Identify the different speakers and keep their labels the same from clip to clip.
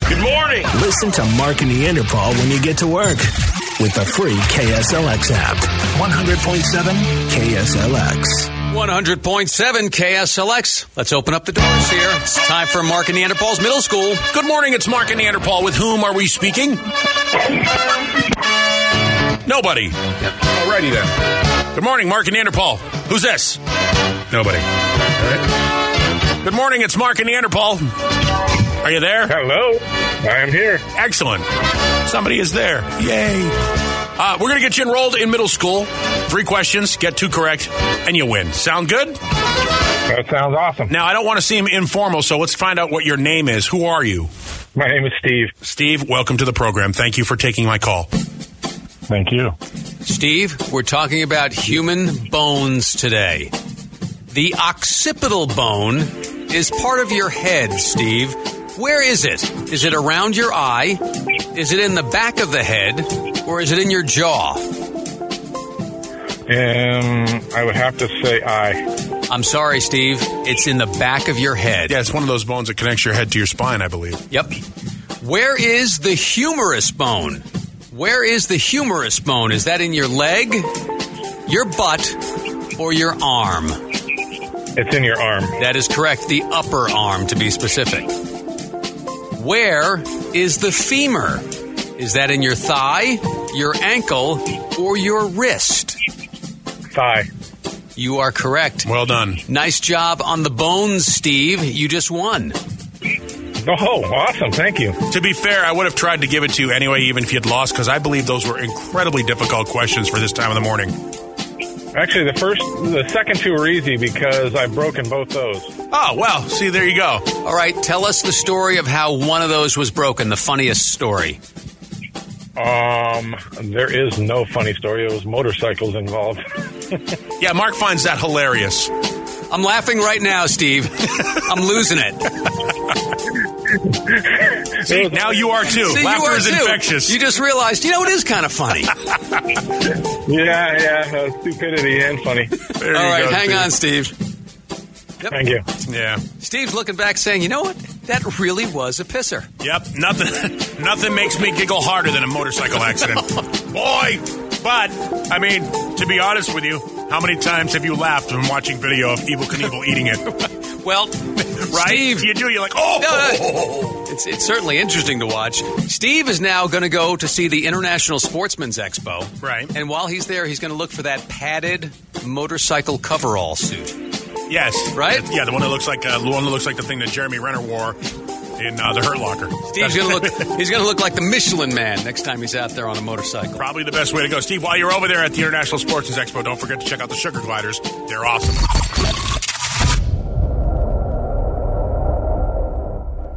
Speaker 1: Good morning.
Speaker 2: Listen to Mark and Neanderthal when you get to work with the free KSLX app. 100.7 KSLX.
Speaker 3: 100.7 KSLX. Let's open up the doors here. It's time for Mark and Neanderthals Middle School.
Speaker 1: Good morning. It's Mark and Neanderthal. With whom are we speaking? Nobody. Alrighty then. Good morning, Mark and Neanderthal. Who's this? Nobody. All right. Good morning. It's Mark and Neanderthal. Are you there?
Speaker 4: Hello, I am here.
Speaker 1: Excellent. Somebody is there. Yay. Uh, we're going to get you enrolled in middle school. Three questions, get two correct, and you win. Sound good?
Speaker 4: That sounds awesome.
Speaker 1: Now, I don't want to seem informal, so let's find out what your name is. Who are you?
Speaker 4: My name is Steve.
Speaker 1: Steve, welcome to the program. Thank you for taking my call.
Speaker 4: Thank you.
Speaker 3: Steve, we're talking about human bones today. The occipital bone is part of your head, Steve. Where is it? Is it around your eye? Is it in the back of the head? Or is it in your jaw?
Speaker 4: Um, I would have to say I.
Speaker 3: I'm sorry, Steve. It's in the back of your head.
Speaker 1: Yeah, it's one of those bones that connects your head to your spine, I believe.
Speaker 3: Yep. Where is the humerus bone? Where is the humerus bone? Is that in your leg, your butt, or your arm?
Speaker 4: It's in your arm.
Speaker 3: That is correct. The upper arm, to be specific. Where is the femur? Is that in your thigh, your ankle, or your wrist?
Speaker 4: Thigh.
Speaker 3: You are correct.
Speaker 1: Well done.
Speaker 3: Nice job on the bones, Steve. You just won.
Speaker 4: Oh, awesome. Thank you.
Speaker 1: To be fair, I would have tried to give it to you anyway, even if you'd lost, because I believe those were incredibly difficult questions for this time of the morning.
Speaker 4: Actually, the first, the second two were easy because I've broken both those.
Speaker 1: Oh, well, see, there you go.
Speaker 3: All right, tell us the story of how one of those was broken, the funniest story.
Speaker 4: Um, there is no funny story. It was motorcycles involved.
Speaker 1: Yeah, Mark finds that hilarious.
Speaker 3: I'm laughing right now, Steve. I'm losing it.
Speaker 1: See, now you are too.
Speaker 3: See, you
Speaker 1: Laughter
Speaker 3: are
Speaker 1: is
Speaker 3: too.
Speaker 1: infectious.
Speaker 3: You just realized, you know, it is kind of funny.
Speaker 4: yeah, yeah, uh, stupidity and funny.
Speaker 1: There
Speaker 3: All
Speaker 1: you
Speaker 3: right,
Speaker 1: go,
Speaker 3: hang
Speaker 1: Steve.
Speaker 3: on, Steve.
Speaker 4: Thank you.
Speaker 1: Yeah.
Speaker 3: Steve's looking back saying, you know what? That really was a pisser.
Speaker 1: Yep. Nothing. nothing makes me giggle harder than a motorcycle accident, boy. But I mean, to be honest with you, how many times have you laughed when watching video of Evil Knievel eating it?
Speaker 3: Well,
Speaker 1: Right?
Speaker 3: Steve,
Speaker 1: You do. You're like, oh.
Speaker 3: No, it's, it's certainly interesting to watch. Steve is now going to go to see the International Sportsman's Expo.
Speaker 1: Right.
Speaker 3: And while he's there, he's going to look for that padded motorcycle coverall suit.
Speaker 1: Yes.
Speaker 3: Right?
Speaker 1: Yeah, the one that looks like uh, the one that looks like the thing that Jeremy Renner wore in uh, the Hurt Locker.
Speaker 3: Steve's going to look. He's going to look like the Michelin Man next time he's out there on a motorcycle.
Speaker 1: Probably the best way to go, Steve. While you're over there at the International Sports Expo, don't forget to check out the Sugar Gliders. They're awesome.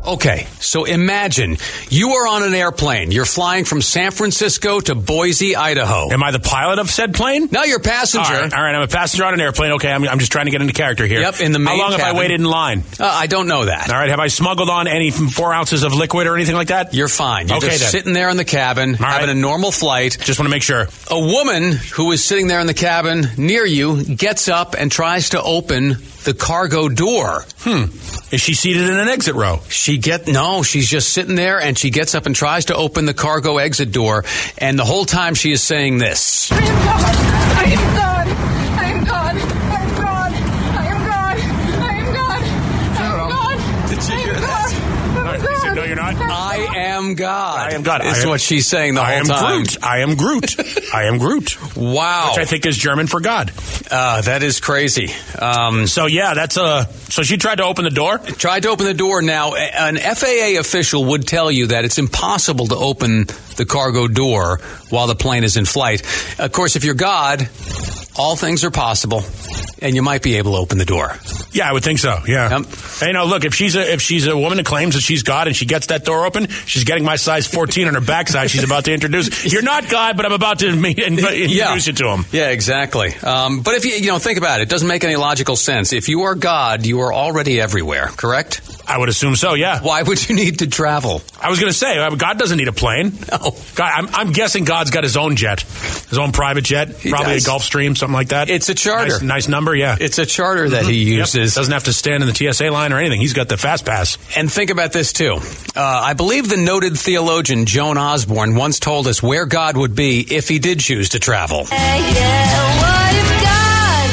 Speaker 3: Okay, so imagine you are on an airplane. You're flying from San Francisco to Boise, Idaho.
Speaker 1: Am I the pilot of said plane?
Speaker 3: Now you're a passenger.
Speaker 1: All right, all right, I'm a passenger on an airplane. Okay, I'm, I'm just trying to get into character here.
Speaker 3: Yep, in the main
Speaker 1: How long have I
Speaker 3: cabin.
Speaker 1: waited in line?
Speaker 3: Uh, I don't know that.
Speaker 1: All right, have I smuggled on any f- four ounces of liquid or anything like that?
Speaker 3: You're fine. You're
Speaker 1: Okay,
Speaker 3: just
Speaker 1: then.
Speaker 3: sitting there in the cabin,
Speaker 1: right.
Speaker 3: having a normal flight.
Speaker 1: Just want to make sure.
Speaker 3: A woman who was sitting there in the cabin near you gets up and tries to open the cargo door.
Speaker 1: Hmm. Is she seated in an exit row?
Speaker 3: She get no, she's just sitting there and she gets up and tries to open the cargo exit door and the whole time she is saying this.
Speaker 5: I am God. I am God. I am God. I am God. I am God. I am God. I am God.
Speaker 3: Did you
Speaker 5: I am
Speaker 3: hear
Speaker 5: God.
Speaker 3: that?
Speaker 5: I am
Speaker 1: No, he said,
Speaker 5: God.
Speaker 1: "No, you're not."
Speaker 5: I am
Speaker 3: I am God.
Speaker 1: I am God.
Speaker 3: Is
Speaker 1: I am-
Speaker 3: what she's saying the
Speaker 1: I
Speaker 3: whole
Speaker 1: am
Speaker 3: time.
Speaker 1: Groot. I am Groot. I am Groot. Which
Speaker 3: Wow.
Speaker 1: I think is German for God.
Speaker 3: uh, that is crazy. Um,
Speaker 1: So yeah, that's uh So she tried to open the door.
Speaker 3: tried to open the door now a- an FAA official would tell you that it's impossible to open the cargo door while the plane is in flight of course if you're god all things are possible and you might be able to open the door
Speaker 1: Yeah, I would think so. Yeah.
Speaker 3: Yep.
Speaker 1: Hey, no, look if she's a if she's a woman that claims that she's God and she gets that door open, she's getting my size fourteen on her backside. She's about to introduce. You're not God, but I'm about to me- inv- introduce you to him.
Speaker 3: Yeah, exactly. Um, but if you you know think about it, it doesn't make any logical sense. If you are God, you are already everywhere, correct?
Speaker 1: I would assume so. Yeah.
Speaker 3: Why would you need to travel?
Speaker 1: I was going to say, uh, God doesn't need a plane.
Speaker 3: No.
Speaker 1: God, I'm, I'm guessing God's got his own jet, his own private jet,
Speaker 3: He
Speaker 1: probably
Speaker 3: does.
Speaker 1: a Gulfstream, something like that.
Speaker 3: It's a charter.
Speaker 1: Nice, nice number, yeah.
Speaker 3: It's a charter that he
Speaker 1: Mm-hmm. Yep.
Speaker 3: uses.
Speaker 1: Doesn't have to stand in the TSA line or anything. He's got the fast pass.
Speaker 3: And think about this too. Uh, I believe the noted theologian Joan Osborne once told us where God would be if he did choose to travel.
Speaker 6: What if God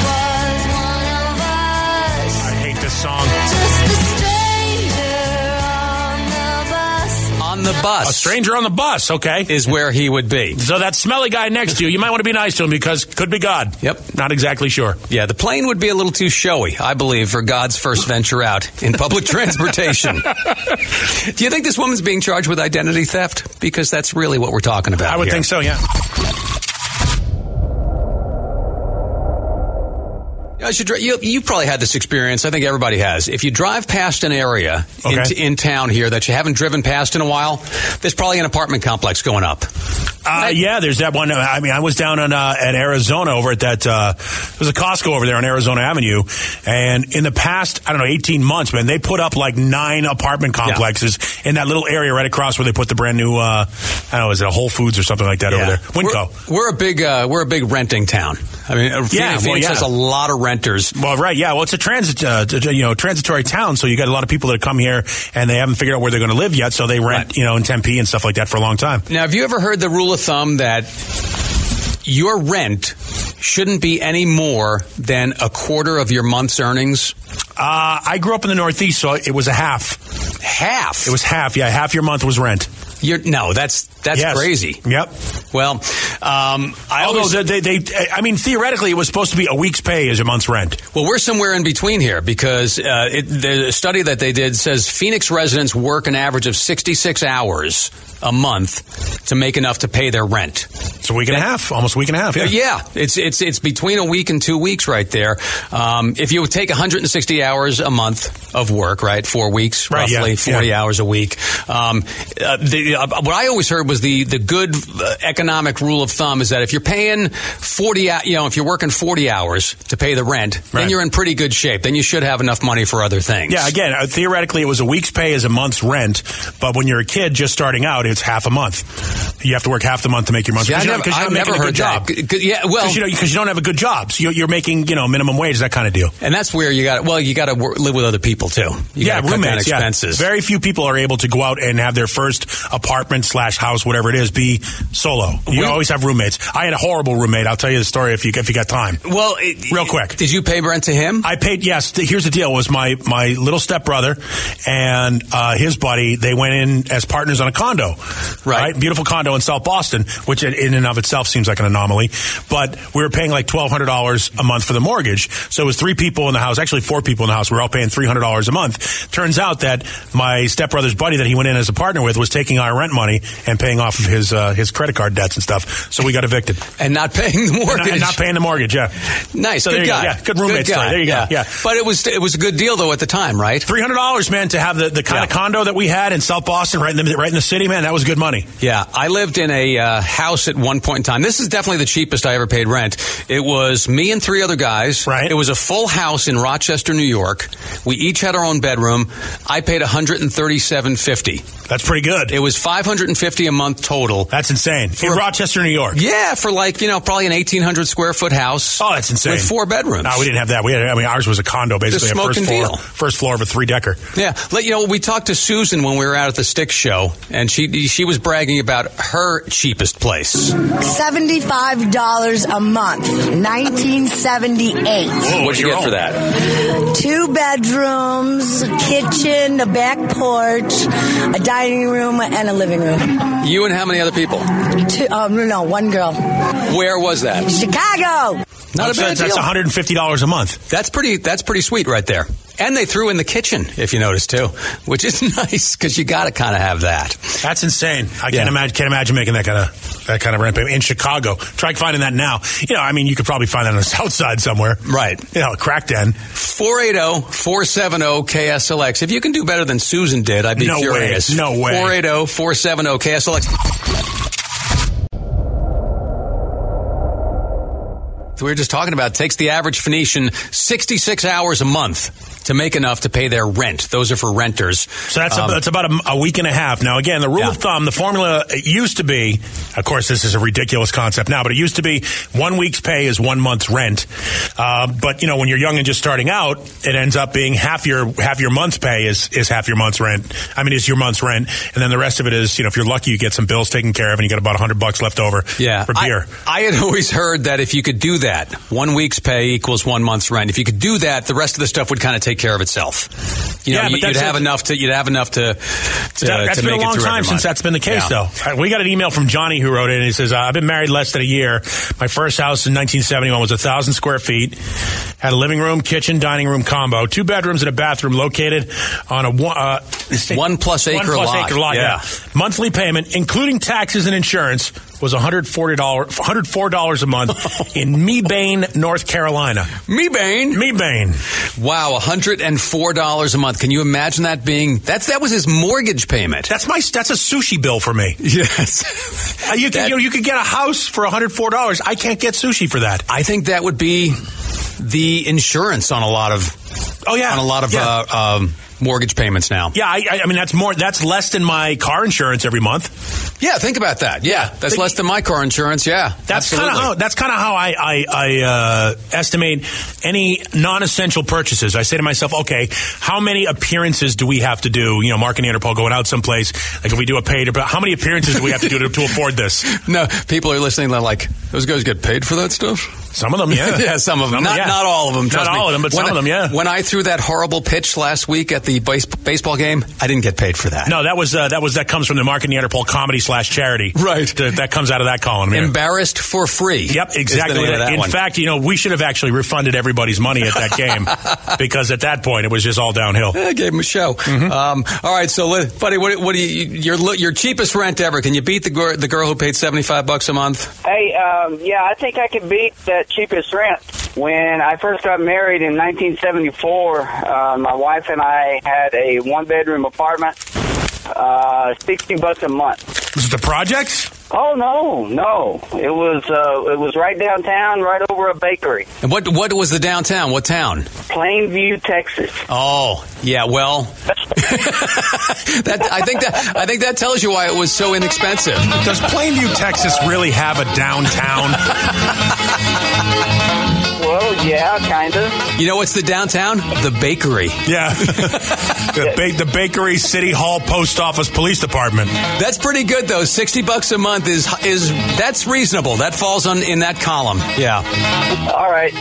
Speaker 6: was one of us?
Speaker 1: I hate this song.
Speaker 6: Just a stranger on the bus.
Speaker 3: On the
Speaker 1: A
Speaker 3: bus
Speaker 1: stranger on the bus. Okay.
Speaker 3: is where he would be.
Speaker 1: So that smelly guy next to you, you might want to be nice to him because could be God.
Speaker 3: Yep.
Speaker 1: Not exactly sure.
Speaker 3: Yeah, the plane would be a little too showy, I believe, for God's first venture out in public transportation. Do you think this woman's being charged with identity theft? Because that's really what we're talking about.
Speaker 1: I would
Speaker 3: here.
Speaker 1: think so. Yeah.
Speaker 3: I should. dri- You, you probably had this experience. I think everybody has. If you drive past an area
Speaker 1: Okay.
Speaker 3: in, in town here that you haven't driven past in a while, there's probably an apartment complex going up.
Speaker 1: Uh, yeah, there's that one. I mean, I was down in uh, at Arizona over at that. Uh, there's a Costco over there on Arizona Avenue, and in the past, I don't know, 18 months, man, they put up like nine apartment complexes in that little area right across where they put the brand new. Uh, I don't know, is it a Whole Foods or something like that over there? Winco.
Speaker 3: We're, we're a big uh, we're a big renting town. I mean, uh, Phoenix,
Speaker 1: Yeah, well,
Speaker 3: Phoenix
Speaker 1: yeah.
Speaker 3: has a lot of renters.
Speaker 1: Well, right, yeah. Well, it's a transit, uh, t- you know, transitory town, so you got a lot of people that come here and they haven't figured out where they're going to live yet, so they rent,
Speaker 3: Right.
Speaker 1: you know, in Tempe and stuff like that for a long time.
Speaker 3: Now, have you ever heard the rule of thumb that your rent shouldn't be any more than a quarter of your month's earnings?
Speaker 1: Uh, I grew up in the Northeast, so it was a half.
Speaker 3: Half.
Speaker 1: It was half. Yeah, half your month was rent.
Speaker 3: You're, no, that's that's
Speaker 1: Yes.
Speaker 3: crazy.
Speaker 1: Yep.
Speaker 3: Well, um, I
Speaker 1: Although
Speaker 3: always
Speaker 1: they, they, they, I mean, theoretically, it was supposed to be a week's pay as a month's rent.
Speaker 3: Well, we're somewhere in between here because uh, it, the study that they did says Phoenix residents work an average of 66 hours a month to make enough to pay their rent.
Speaker 1: It's a week and a half, almost a week and a half. Yeah.
Speaker 3: Yeah, it's it's it's between a week and two weeks right there. Um, if you would take 160 hours a month of work, right, four weeks
Speaker 1: Right, yeah,
Speaker 3: roughly, 40
Speaker 1: yeah.
Speaker 3: hours a week. Um, uh, the, uh, what I always heard was the the good uh, economic rule of thumb is that if you're paying 40, hou- you know, if you're working 40 hours to pay the rent,
Speaker 1: Right.
Speaker 3: then you're in pretty good shape. Then you should have enough money for other things.
Speaker 1: Yeah, again, uh, theoretically, it was a week's pay as a month's rent, but when you're a kid just starting out, it's half a month. You have to work half the month to make your month.
Speaker 3: See, I never, I've never heard that.
Speaker 1: Because
Speaker 3: G- g- Yeah, well,
Speaker 1: you, know, 'cause you don't have a good job. So you're, you're making, you know, minimum wage, that kind of deal.
Speaker 3: and that's where you got. Well, you got to live with other people too. You
Speaker 1: yeah,
Speaker 3: gotta cut down
Speaker 1: roommates. Yeah.
Speaker 3: expenses.
Speaker 1: Very few people are able to go out and have their first apartment slash house, whatever it is, be solo. You
Speaker 3: We-
Speaker 1: always have roommates. I had a horrible roommate. I'll tell you the story if you if you got time.
Speaker 3: Well, it,
Speaker 1: Real quick.
Speaker 3: did you pay rent to him?
Speaker 1: I paid. Yes. th- here's the deal: was my my little stepbrother and uh, his buddy. They went in as partners on a condo, right? Beautiful condo in South Boston, which in- in and of itself seems like an anomaly. But we were paying like twelve hundred dollars a month for the mortgage. So it was three people in the house, actually four people in the house. We were all paying three hundred dollars a month. Turns out that my stepbrother's buddy that he went in as a partner with was taking our rent money and paying off of his uh, his credit card debts and stuff. So we got evicted.
Speaker 3: and not paying the mortgage.
Speaker 1: And not paying the mortgage, yeah.
Speaker 3: nice,
Speaker 1: So
Speaker 3: good
Speaker 1: there you go.
Speaker 3: guy.
Speaker 1: Yeah, good roommate story.
Speaker 3: guy.
Speaker 1: There you go. Yeah.
Speaker 3: but it was it was a good deal though at the time, right?
Speaker 1: Three hundred dollars, man, to have the, the kind
Speaker 3: Yeah.
Speaker 1: of condo that we had in South Boston, right in the right in the city, man. That was good money.
Speaker 3: Yeah, I lived in a uh, house at one point in time. This is definitely the cheapest I ever paid rent. It was me and three other guys.
Speaker 1: Right.
Speaker 3: It was a full house in Rochester, New York. We each had our own bedroom. I paid one hundred and thirty-seven fifty.
Speaker 1: That's pretty good.
Speaker 3: It was five hundred and fifty a month total.
Speaker 1: that's insane in Rochester, New York.
Speaker 3: Yeah, for like you know probably an eighteen hundred square foot house.
Speaker 1: Oh, that's insane.
Speaker 3: With four bedrooms.
Speaker 1: No, we didn't have that. We had, I mean, ours was a condo, basically, a
Speaker 3: smoke
Speaker 1: first
Speaker 3: and
Speaker 1: floor,
Speaker 3: deal.
Speaker 1: first floor of a three decker.
Speaker 3: Yeah, let you know we talked to Susan when we were out at the Stick Show, and she she was bragging about her cheapest place.
Speaker 7: $75 a month, 1978.
Speaker 1: What'd you get for that?
Speaker 7: Two bedrooms, kitchen, a back porch, a dining room, and a living room.
Speaker 3: You and how many other people?
Speaker 7: Two, um, no, no, one girl.
Speaker 3: Where was that?
Speaker 7: Chicago!
Speaker 3: Not
Speaker 1: that's
Speaker 3: a bad
Speaker 1: that's, that's
Speaker 3: deal.
Speaker 1: one hundred and fifty dollars a month.
Speaker 3: That's pretty. That's pretty sweet right there. And they threw in the kitchen, if you notice too, which is nice because you got to kind of have that.
Speaker 1: That's insane. I
Speaker 3: Yeah.
Speaker 1: can't imagine can't imagine making that kind of that kind of rent payment in Chicago. Try finding that now. You know, I mean, you could probably find that on the South Side somewhere,
Speaker 3: Right.
Speaker 1: You know, a crack den.
Speaker 3: oh, 480-470-KSLX. If you can do better than Susan did, I'd be
Speaker 1: No way.
Speaker 3: furious. oh,
Speaker 1: No way.
Speaker 3: 480-470-KSLX. We were just talking about it takes the average Phoenician 66 hours a month to make enough to pay their rent. Those are for renters.
Speaker 1: So that's,
Speaker 3: Um,
Speaker 1: about, that's about a, m- a week and a half. Now, again, the rule
Speaker 3: Yeah.
Speaker 1: of thumb, the formula it used to be, of course, this is a ridiculous concept now, but it used to be one week's pay is one month's rent. Uh, but, you know, when you're young and just starting out, it ends up being half your half your month's pay is, is half your month's rent. I mean, is your month's rent. And then the rest of it is, you know, if you're lucky, you get some bills taken care of and you got about 100 bucks left over
Speaker 3: yeah,
Speaker 1: for
Speaker 3: I-
Speaker 1: beer.
Speaker 3: I, had always heard that if you could do that, one week's pay equals one month's rent. If you could do that, the rest of the stuff would kind of take care of itself. You know,
Speaker 1: Yeah, but
Speaker 3: you, would
Speaker 1: that's-
Speaker 3: have enough to you'd have enough to to,
Speaker 1: That-
Speaker 3: to
Speaker 1: That's
Speaker 3: make
Speaker 1: been a
Speaker 3: it
Speaker 1: long
Speaker 3: through every
Speaker 1: time since
Speaker 3: month.
Speaker 1: that's been the case,
Speaker 3: Yeah.
Speaker 1: though. Uh, We got an email from Johnny who wrote in, and he says, uh, "I've been married less than a year. My first house in 1971 was a thousand square feet, had a living room, kitchen, dining room combo, two bedrooms and a bathroom located on a one, uh, this thing-
Speaker 3: One plus
Speaker 1: one
Speaker 3: acre
Speaker 1: plus
Speaker 3: lot.
Speaker 1: acre lot.
Speaker 3: Yeah.
Speaker 1: Yeah. monthly payment, including taxes and insurance." Was one hundred forty dollars, one hundred four dollars a month in Mebane, North Carolina.
Speaker 3: Me Bane.
Speaker 1: Mebane,
Speaker 3: Wow, hundred and four dollars a month. Can you imagine that being that's that was his mortgage payment?
Speaker 1: that's my that's a sushi bill for me.
Speaker 3: yes.
Speaker 1: Uh, You could
Speaker 3: That-
Speaker 1: you, you could get a house for one hundred four dollars. I can't get sushi for that.
Speaker 3: I think that would be the insurance on a lot of
Speaker 1: Oh yeah,
Speaker 3: on a lot of
Speaker 1: yeah.
Speaker 3: uh, um, mortgage payments now.
Speaker 1: yeah, I, I- I mean that's more. That's less than my car insurance every month.
Speaker 3: Yeah, think about that. Yeah, that's
Speaker 1: But-
Speaker 3: less than my car insurance. Yeah,
Speaker 1: That's kind of
Speaker 3: absolutely.
Speaker 1: how. That's kind of how I I, I uh, estimate any non-essential purchases. I say to myself, okay, how many appearances do we have to do? You know, Mark and Interpol going out someplace. Like if we do a paid, but how many appearances do we have to do to, to afford this?
Speaker 3: No, people are listening. They're like, those guys get paid for that stuff.
Speaker 1: Some of them, yeah,
Speaker 3: some of them. not,
Speaker 1: yeah.
Speaker 3: not all of them. trust
Speaker 1: Not
Speaker 3: me.
Speaker 1: all of them, but
Speaker 3: When
Speaker 1: some
Speaker 3: I-
Speaker 1: of them, yeah.
Speaker 3: When I threw that horrible pitch last week at the base, baseball game, I didn't get paid for that.
Speaker 1: No, that was uh, that was that comes from the Mark and Neanderthal comedy slash charity.
Speaker 3: Right.
Speaker 1: That, that comes out of that column. yeah.
Speaker 3: Embarrassed for free.
Speaker 1: Yep,
Speaker 3: is the
Speaker 1: exactly.
Speaker 3: name of that
Speaker 1: In
Speaker 3: one.
Speaker 1: fact, you know, we should have actually refunded everybody's money at that game because at that point it was just all downhill.
Speaker 3: I gave him a show.
Speaker 1: Mm-hmm.
Speaker 3: Um, all right, so let- buddy, what, what do you your li- your cheapest rent ever? Can you beat the girl, the girl who paid seventy five bucks a month?
Speaker 8: Hey, um, yeah, I think I could beat that cheapest rent. When I first got married in 1974, uh, my wife and I had a one-bedroom apartment, uh, 60 bucks a month.
Speaker 1: Was it the projects?
Speaker 8: Oh no, no! It was uh, it was right downtown, right over a bakery,
Speaker 3: And what what was the downtown? What town?
Speaker 8: Plainview, Texas.
Speaker 3: Oh yeah, well, that I think that I think that tells you why it was so inexpensive.
Speaker 1: Does Plainview, Texas really have a downtown?
Speaker 8: Well, yeah, kind of.
Speaker 3: You know what's the downtown? The bakery.
Speaker 1: yeah. the, ba- the bakery, city hall, post office, police department.
Speaker 3: That's pretty good though. Sixty bucks a month is is that's reasonable. That falls on in that column. Yeah,
Speaker 8: All right,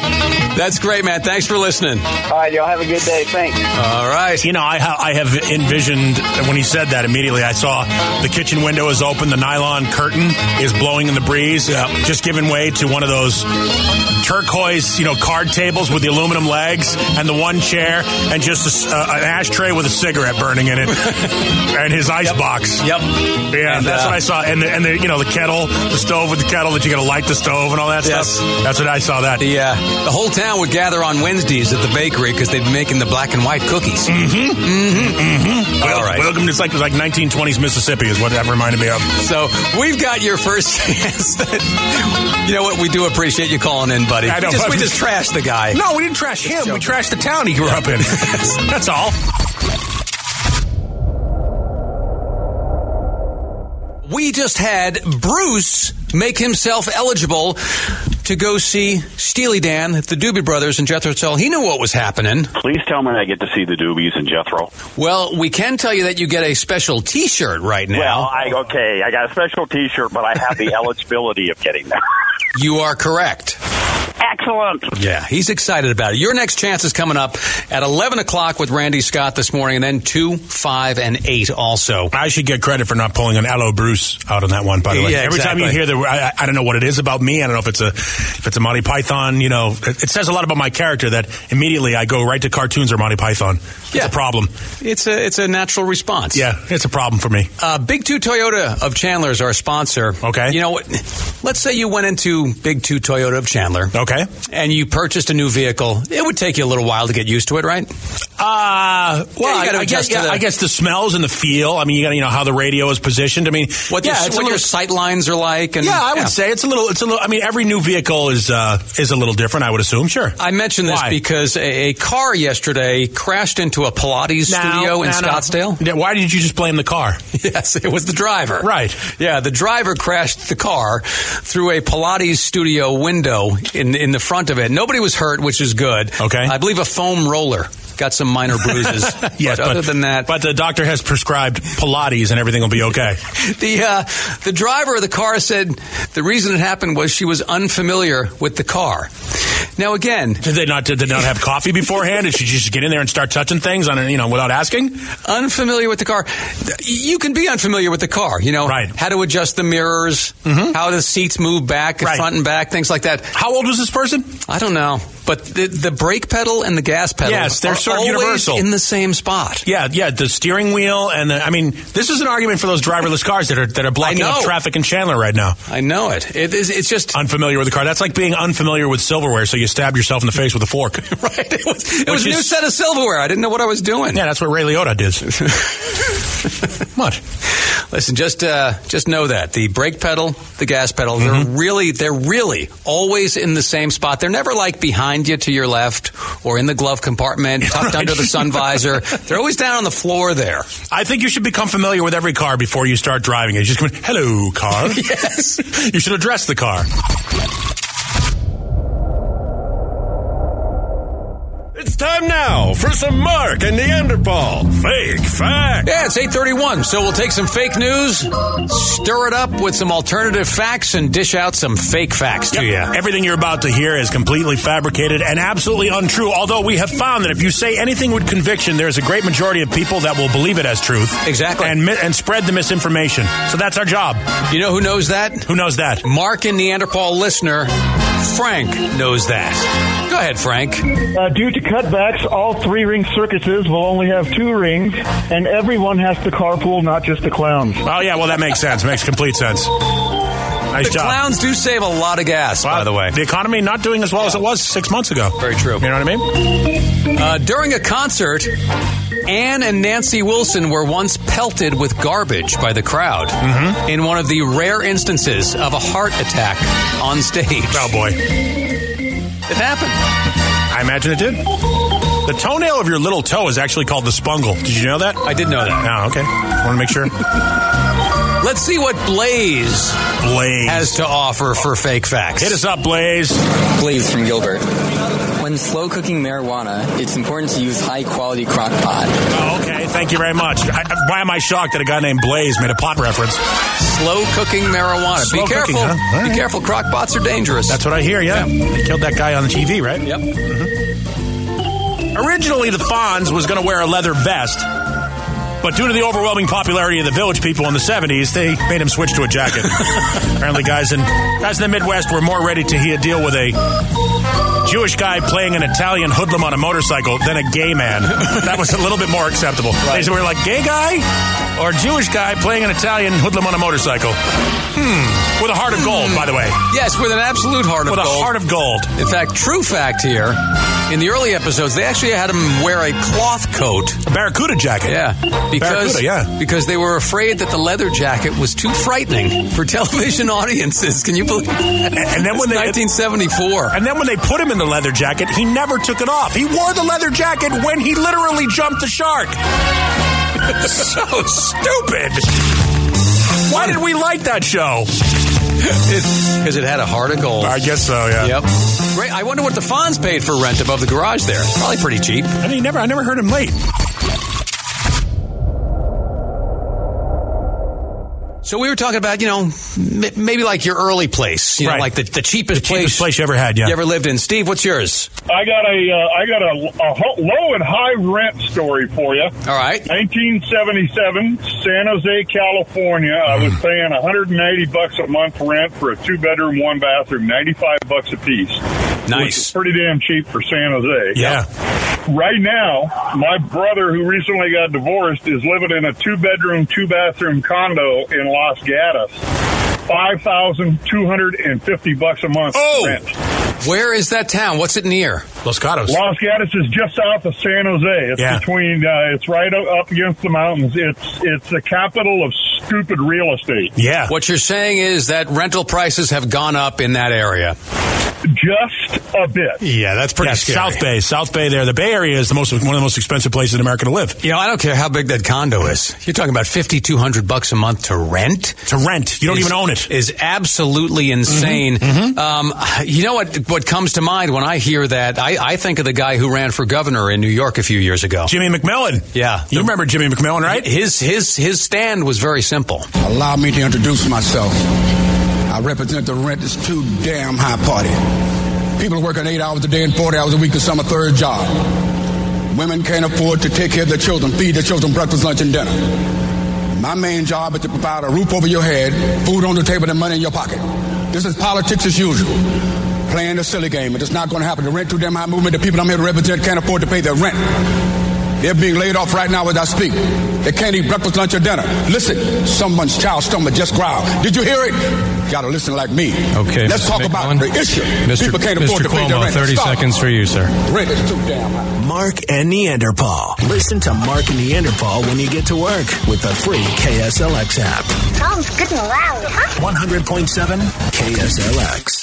Speaker 3: that's great, man. Thanks for listening.
Speaker 8: all right, y'all have a good day. Thanks.
Speaker 3: All right.
Speaker 1: You know, I, ha- I have envisioned when he said that immediately. I saw the kitchen window is open, the nylon curtain is blowing in the breeze, uh, just giving way to one of those turquoise, you know, card tables with the aluminum legs and the one chair and just a s uh, an ashtray with a cigarette burning in it and his ice box.
Speaker 3: Yep.
Speaker 1: Yeah,
Speaker 3: And,
Speaker 1: that's
Speaker 3: uh,
Speaker 1: what I saw, and the, and the you know the kettle, the stove with the kettle that you got to light the stove and all that
Speaker 3: Yes.
Speaker 1: stuff. That's what I saw. That
Speaker 3: The, uh, the whole town would gather on Wednesdays at the bakery because they'd be making the black and white cookies.
Speaker 1: Mm. Wel-
Speaker 3: all right.
Speaker 1: Welcome to it's like it was like 1920s Mississippi is what that reminded me of.
Speaker 3: So we've got your first chance. That, you know what? We do appreciate you calling in, buddy.
Speaker 1: I know,
Speaker 3: we, just,
Speaker 1: but-
Speaker 3: we just trashed the guy.
Speaker 1: No, we didn't trash him. We trashed the town he grew up in. That's all.
Speaker 3: We just had Bruce make himself eligible to go see Steely Dan, the Doobie Brothers, and Jethro Tull. He knew what was happening.
Speaker 9: Please tell me I get to see the Doobies and Jethro.
Speaker 3: Well, we can tell you that you get a special T-shirt right now.
Speaker 9: Well, I okay, I got a special T-shirt, but I have the eligibility of getting there.
Speaker 3: you are correct.
Speaker 9: Excellent.
Speaker 3: Yeah, he's excited about it. Your next chance is coming up at 11 o'clock with Randy Scott this morning, and then 2, 5, and 8 also.
Speaker 1: I should get credit for not pulling an Aloe Bruce out on that one. By the way,
Speaker 3: Yeah,
Speaker 1: every time you
Speaker 3: exactly.
Speaker 1: hear the, I, I- I don't know what it is about me. I don't know if it's a, if it's a Monty Python. You know, it, it says a lot about my character that immediately I go right to cartoons or Monty Python. It's
Speaker 3: Yeah.
Speaker 1: a problem.
Speaker 3: It's a, it's a natural response.
Speaker 1: Yeah, it's a problem for me.
Speaker 3: Uh, Big Two Toyota of Chandler is our sponsor.
Speaker 1: Okay.
Speaker 3: You know what? Let's say you went into Big Two Toyota of Chandler
Speaker 1: Okay.
Speaker 3: and you purchased a new vehicle. It would take you a little while to get used to it, right?
Speaker 1: Uh, Uh, well,
Speaker 3: you gotta
Speaker 1: I, I guess,
Speaker 3: adjust to
Speaker 1: yeah,
Speaker 3: the-
Speaker 1: I guess the smells and the feel. I mean, you got to you know how the radio is positioned. I mean,
Speaker 3: What,
Speaker 1: yeah,
Speaker 3: your,
Speaker 1: it's
Speaker 3: what
Speaker 1: a
Speaker 3: your
Speaker 1: little-
Speaker 3: sight lines are like? And,
Speaker 1: yeah, I would say it's a little. It's a little. I mean, every new vehicle is uh, is a little different. I would assume. Sure.
Speaker 3: I mentioned this
Speaker 1: Why?
Speaker 3: because a, a car yesterday crashed into a Pilates
Speaker 1: Now-
Speaker 3: studio in
Speaker 1: now, now.
Speaker 3: Scottsdale.
Speaker 1: Yeah, Why did you just blame the car?
Speaker 3: Yes, it was the driver.
Speaker 1: Right.
Speaker 3: Yeah, the driver crashed the car through a Pilates studio window in in the front of it. Nobody was hurt, which is good.
Speaker 1: Okay.
Speaker 3: I believe a foam roller got some minor bruises.
Speaker 1: Yes,
Speaker 3: but, other than that,
Speaker 1: but the doctor has prescribed Pilates, and everything will be okay.
Speaker 3: the uh, the driver of the car said the reason it happened was she was unfamiliar with the car. Now again,
Speaker 1: Did they not? Did they not have coffee beforehand? Did she just get in there and start touching things on, a- you know, without asking?
Speaker 3: unfamiliar with the car. You can be unfamiliar with the car, you know,
Speaker 1: Right. Mm-hmm.
Speaker 3: how to adjust the mirrors, how the seats move back,
Speaker 1: Right.
Speaker 3: front and back, things like that.
Speaker 1: How old was this person?
Speaker 3: I don't know, but the, the brake pedal and the gas pedal
Speaker 1: Yes, they're
Speaker 3: are
Speaker 1: sort of
Speaker 3: always
Speaker 1: universal.
Speaker 3: in the same spot.
Speaker 1: Yeah, yeah, the steering wheel and the. I mean, this is an argument for those driverless cars that are that are blocking
Speaker 3: I know.
Speaker 1: up traffic in Chandler right now.
Speaker 3: I know it. It is. It's just
Speaker 1: Unfamiliar with the car. That's like being unfamiliar with silverware, so you stab yourself in the face with a fork.
Speaker 3: right. It was, it was a
Speaker 1: Which
Speaker 3: new
Speaker 1: is-
Speaker 3: set of silverware. I didn't know what I was doing.
Speaker 1: Yeah, that's what Ray Liotta did. what?
Speaker 3: Listen, just uh, just know that the brake pedal, the gas pedal,
Speaker 1: Mm-hmm.
Speaker 3: they're really they're really always in the same spot. They're never like behind you to your left or in the glove compartment, tucked under the sun visor. They're always down on the floor there.
Speaker 1: I think you should become familiar with every car before you start driving it. You just come in, hello, car. yes. You should address the car.
Speaker 10: It's time now for some Mark and Neanderthal fake fact.
Speaker 3: Yeah, it's 831, so we'll take some fake news, stir it up with some alternative facts, and dish out some fake facts to
Speaker 1: Yep.
Speaker 3: you.
Speaker 1: Everything you're about to hear is completely fabricated and absolutely untrue. Although we have found that if you say anything with conviction, there's a great majority of people that will believe it as truth.
Speaker 3: Exactly.
Speaker 1: And, mi- and spread the misinformation. So that's our job.
Speaker 3: You know who knows that?
Speaker 1: Who knows that?
Speaker 3: Mark and Neanderthal listener, Frank knows that. Go ahead, Frank.
Speaker 11: Uh, due to cutbacks, all three ring circuses will only have two rings, and everyone has to carpool, not just the clowns.
Speaker 1: Oh, yeah, well, that makes sense. Makes complete sense. Nice
Speaker 3: The
Speaker 1: job.
Speaker 3: clowns do save a lot of gas, by
Speaker 1: Wow.
Speaker 3: the way.
Speaker 1: The economy not doing as well as it was six months ago.
Speaker 3: Very true.
Speaker 1: You know what I mean?
Speaker 3: Uh, during a concert, Anne and Nancy Wilson were once pelted with garbage by the crowd
Speaker 1: Mm-hmm.
Speaker 3: in one of the rare instances of a heart attack on stage.
Speaker 1: Oh, boy.
Speaker 3: It happened.
Speaker 1: I imagine it did. The toenail of your little toe is actually called the spungle. Did you know that?
Speaker 3: I did know that.
Speaker 1: Oh, okay. Want to make sure.
Speaker 3: Let's see what Blaze
Speaker 1: Blaze.
Speaker 3: has to offer for fake facts.
Speaker 1: Hit us up, Blaze.
Speaker 11: Blaze from Gilbert. When slow cooking marijuana, it's important to use high quality crock pot.
Speaker 1: Oh, okay. Thank you very much. I, why am I shocked that a guy named Blaze made a pop reference?
Speaker 3: Slow cooking marijuana.
Speaker 1: Slow
Speaker 3: Be
Speaker 1: cooking,
Speaker 3: careful.
Speaker 1: huh? All right.
Speaker 3: Be careful. Crockpots are dangerous.
Speaker 1: That's what I hear, yeah. They killed that guy on the TV, right?
Speaker 3: Yep.
Speaker 1: Originally, the Fonz was going to wear a leather vest, but due to the overwhelming popularity of the village people in the 70s, they made him switch to a jacket. Apparently, guys in, guys in the Midwest were more ready to he- deal with a Jewish guy playing an Italian hoodlum on a motorcycle than a gay man. That was a little bit more acceptable. They were like, gay guy or Jewish guy playing an Italian hoodlum on a motorcycle? Hmm. With a heart of gold, by the way.
Speaker 3: Yes, with an absolute heart
Speaker 1: With
Speaker 3: of Hmm.
Speaker 1: a
Speaker 3: gold.
Speaker 1: heart of gold.
Speaker 3: In fact, true fact here, in the early episodes, they actually had him wear a cloth coat.
Speaker 1: A barracuda jacket.
Speaker 3: Yeah, because
Speaker 1: Barracuda, yeah.
Speaker 3: because they were afraid that the leather jacket was too frightening for television audiences. Can you believe? And,
Speaker 1: and then when they-
Speaker 3: 1974,
Speaker 1: And then when they put him in the leather jacket, he never took it off. He wore the leather jacket when he literally jumped the shark. so stupid. Why did we like that show?
Speaker 3: because it had a heart of gold.
Speaker 1: I guess so, yeah.
Speaker 3: Yep. Great. I wonder what the Fonz paid for rent above the garage there. Probably pretty cheap.
Speaker 1: I mean, never I never heard him late.
Speaker 3: So we were talking about, you know, m- maybe like your early place, you know,
Speaker 1: Right.
Speaker 3: like the, the cheapest place.
Speaker 1: Cheapest place you ever had, yeah.
Speaker 3: You ever lived in? Steve, what's yours?
Speaker 4: I got a, uh, I got a, a ho- low and high rent story for you.
Speaker 3: All right.
Speaker 4: 1977, San Jose, California. I was paying 180 bucks a month rent for a two bedroom, one bathroom, 95 bucks a piece. Which is
Speaker 3: Nice.
Speaker 4: pretty damn cheap for San Jose.
Speaker 1: yeah.
Speaker 4: Right now, my brother, who recently got divorced, is living in a two bedroom, two bathroom condo in Los Gatos. Five thousand two hundred and fifty bucks a month
Speaker 1: Oh!
Speaker 4: rent.
Speaker 3: Where is that town? What's it near?
Speaker 1: Los Gatos.
Speaker 4: Los Gatos is just south of San Jose. It's
Speaker 3: Yeah.
Speaker 4: between. Uh, it's right o- up against the mountains. It's it's the capital of stupid real estate.
Speaker 1: Yeah.
Speaker 3: What you're saying is that rental prices have gone up in that area.
Speaker 4: Just a bit.
Speaker 1: Yeah, that's pretty
Speaker 3: scary.
Speaker 1: South Bay, South Bay. There, the Bay Area is the most one of the most expensive places in America to live.
Speaker 3: You know, I don't care how big that condo is. You're talking about 5200 bucks a month to rent.
Speaker 1: To rent. You don't
Speaker 3: Is-
Speaker 1: even own it.
Speaker 3: Is absolutely insane. Um, you know what what comes to mind when I hear that? I, I think of the guy who ran for governor in New York a few years ago.
Speaker 1: Jimmy McMillan.
Speaker 3: Yeah.
Speaker 1: You remember Jimmy McMillan, right?
Speaker 3: His his his stand was very simple.
Speaker 12: Allow me to introduce myself. I represent the rent is too damn high party. People are working eight hours a day and 40 hours a week to some a third job. Women can't afford to take care of their children, feed their children breakfast, lunch, and dinner. My main job is to provide a roof over your head, food on the table, and money in your pocket. This is politics as usual. Playing the silly game. It's not going to happen. The rent too damn high movement, the people I'm here to represent can't afford to pay their rent. They're being laid off right now as I speak. They can't eat breakfast, lunch, or dinner. Listen, someone's child's stomach just growled. Did you hear it? Gotta listen like me.
Speaker 13: Okay,
Speaker 12: Let's
Speaker 13: Mr.
Speaker 12: talk about the
Speaker 13: McMillan.
Speaker 12: issue.
Speaker 13: Mr.
Speaker 12: People can't
Speaker 13: Mr.
Speaker 12: afford to pay their
Speaker 13: Cuomo,
Speaker 12: rent.
Speaker 13: 30
Speaker 12: Stop.
Speaker 13: seconds for you, sir.
Speaker 12: Rent is too damn high.
Speaker 2: Mark and Neanderthal. Listen to Mark and Neanderthal when you get to work with the free KSLX app.
Speaker 5: Sounds good and loud, huh?
Speaker 2: 100.7 KSLX.